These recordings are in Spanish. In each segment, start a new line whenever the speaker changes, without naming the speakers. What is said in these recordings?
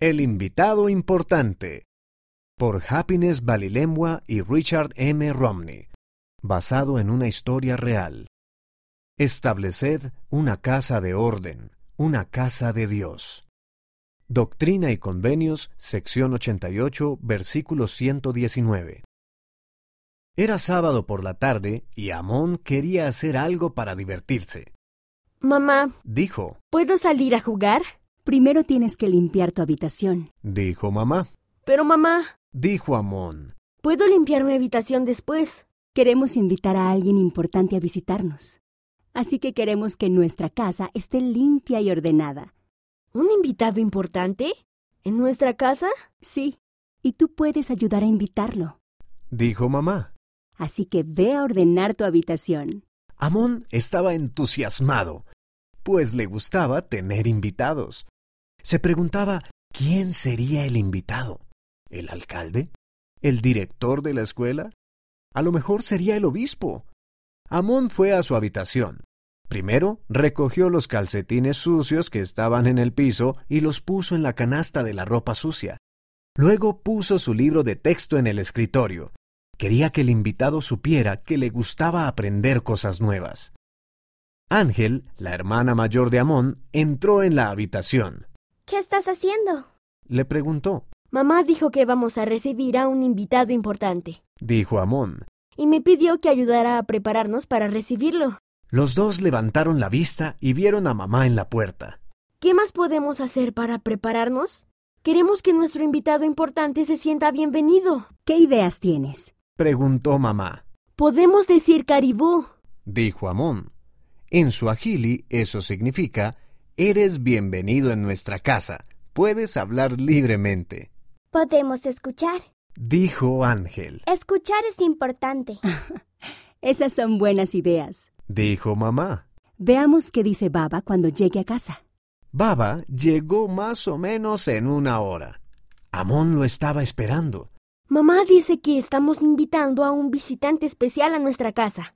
El invitado importante por Happiness Balilengua y Richard M. Romney, basado en una historia real. Estableced una casa de orden, una casa de Dios. Doctrina y Convenios, sección 88, versículo 119. Era sábado por la tarde y Amón quería hacer algo para divertirse.
Mamá,
Dijo,
¿puedo salir a jugar?
Primero tienes que limpiar tu habitación.
dijo mamá,
Pero mamá,
dijo Amón.
¿puedo limpiar mi habitación después?
Queremos invitar a alguien importante a visitarnos. Así que queremos que nuestra casa esté limpia y ordenada.
¿Un invitado importante? ¿En nuestra casa?
Sí, y tú puedes ayudar a invitarlo.
Dijo mamá.
Así que ve a ordenar tu habitación.
Amón estaba entusiasmado, pues le gustaba tener invitados. Se preguntaba quién sería el invitado. ¿El alcalde? ¿El director de la escuela? A lo mejor sería el obispo. Amón fue a su habitación. Primero recogió los calcetines sucios que estaban en el piso y los puso en la canasta de la ropa sucia. Luego puso su libro de texto en el escritorio. Quería que el invitado supiera que le gustaba aprender cosas nuevas. Ángel, la hermana mayor de Amón, entró en la habitación.
¿Qué estás haciendo?
Le preguntó.
Mamá dijo que vamos a recibir a un invitado importante
Dijo Amón.
y me pidió que ayudara a prepararnos para recibirlo.
Los dos levantaron la vista y vieron a mamá en la puerta.
¿Qué más podemos hacer para prepararnos? Queremos que nuestro invitado importante se sienta bienvenido.
¿Qué ideas tienes?
Preguntó mamá.
Podemos decir caribú.
Dijo Amón. En suajili eso significa eres bienvenido en nuestra casa. Puedes hablar libremente.
Podemos escuchar.
Dijo Ángel.
Escuchar es importante.
Esas son buenas ideas.
Dijo mamá.
Veamos qué dice Baba cuando llegue a casa.
Baba llegó más o menos en una hora. Amón lo estaba esperando.
Mamá dice que estamos invitando a un visitante especial a nuestra casa.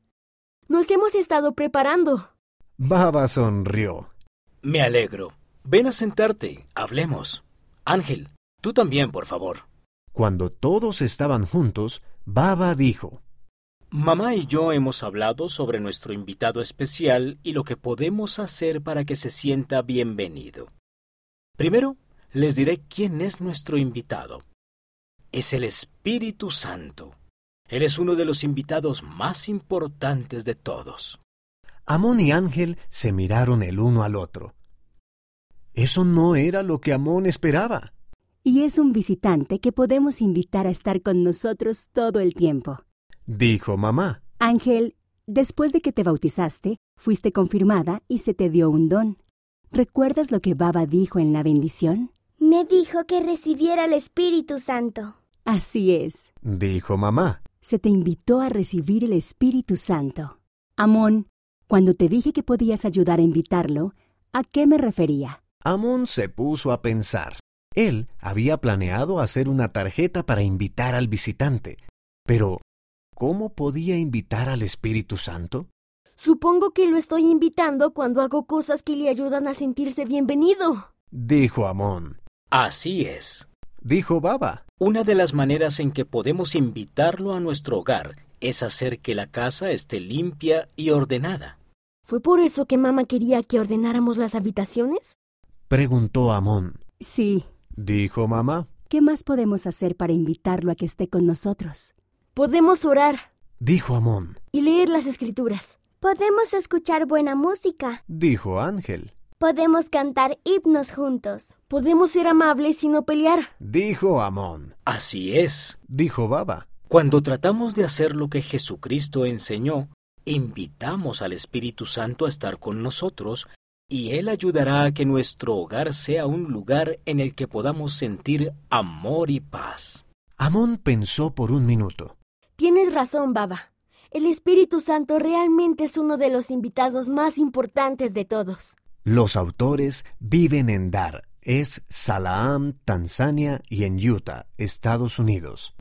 Nos hemos estado preparando.
Baba sonrió.
Me alegro. Ven a sentarte, hablemos. Ángel, tú también, por favor.
Cuando todos estaban juntos, Baba dijo,
Mamá y yo hemos hablado sobre nuestro invitado especial y lo que podemos hacer para que se sienta bienvenido. Primero, les diré quién es nuestro invitado. Es el Espíritu Santo. Él es uno de los invitados más importantes de todos.
Amón y Ángel se miraron el uno al otro. Eso no era lo que Amón esperaba.
Y es un visitante que podemos invitar a estar con nosotros todo el tiempo.
Dijo mamá.
Ángel, después de que te bautizaste, fuiste confirmada y se te dio un don. ¿Recuerdas lo que Baba dijo en la bendición?
Me dijo que recibiera el Espíritu Santo.
Así es,
Dijo mamá.
se te invitó a recibir el Espíritu Santo. Amón, cuando te dije que podías ayudar a invitarlo, ¿a qué me refería?
Amón se puso a pensar. Él había planeado hacer una tarjeta para invitar al visitante. Pero, ¿cómo podía invitar al Espíritu Santo?
Supongo que lo estoy invitando cuando hago cosas que le ayudan a sentirse bienvenido.
Dijo Amón.
Así es.
Dijo Baba.
Una de las maneras en que podemos invitarlo a nuestro hogar es hacer que la casa esté limpia y ordenada.
¿Fue por eso que mamá quería que ordenáramos las habitaciones?
Preguntó Amón.
Sí,
Dijo mamá.
¿qué más podemos hacer para invitarlo a que esté con nosotros?
Podemos orar
Dijo Amón.
y leer las escrituras.
Podemos escuchar buena música.
Dijo Ángel.
Podemos cantar himnos juntos.
Podemos ser amables y no pelear.
Dijo Amón.
Así es.
Dijo Baba.
Cuando tratamos de hacer lo que Jesucristo enseñó, invitamos al Espíritu Santo a estar con nosotros y Él ayudará a que nuestro hogar sea un lugar en el que podamos sentir amor y paz.
Amón pensó por un minuto.
Tienes razón, Baba. El Espíritu Santo realmente es uno de los invitados más importantes de todos.
Los autores viven en Dar, es Salaam, Tanzania y en Utah, Estados Unidos.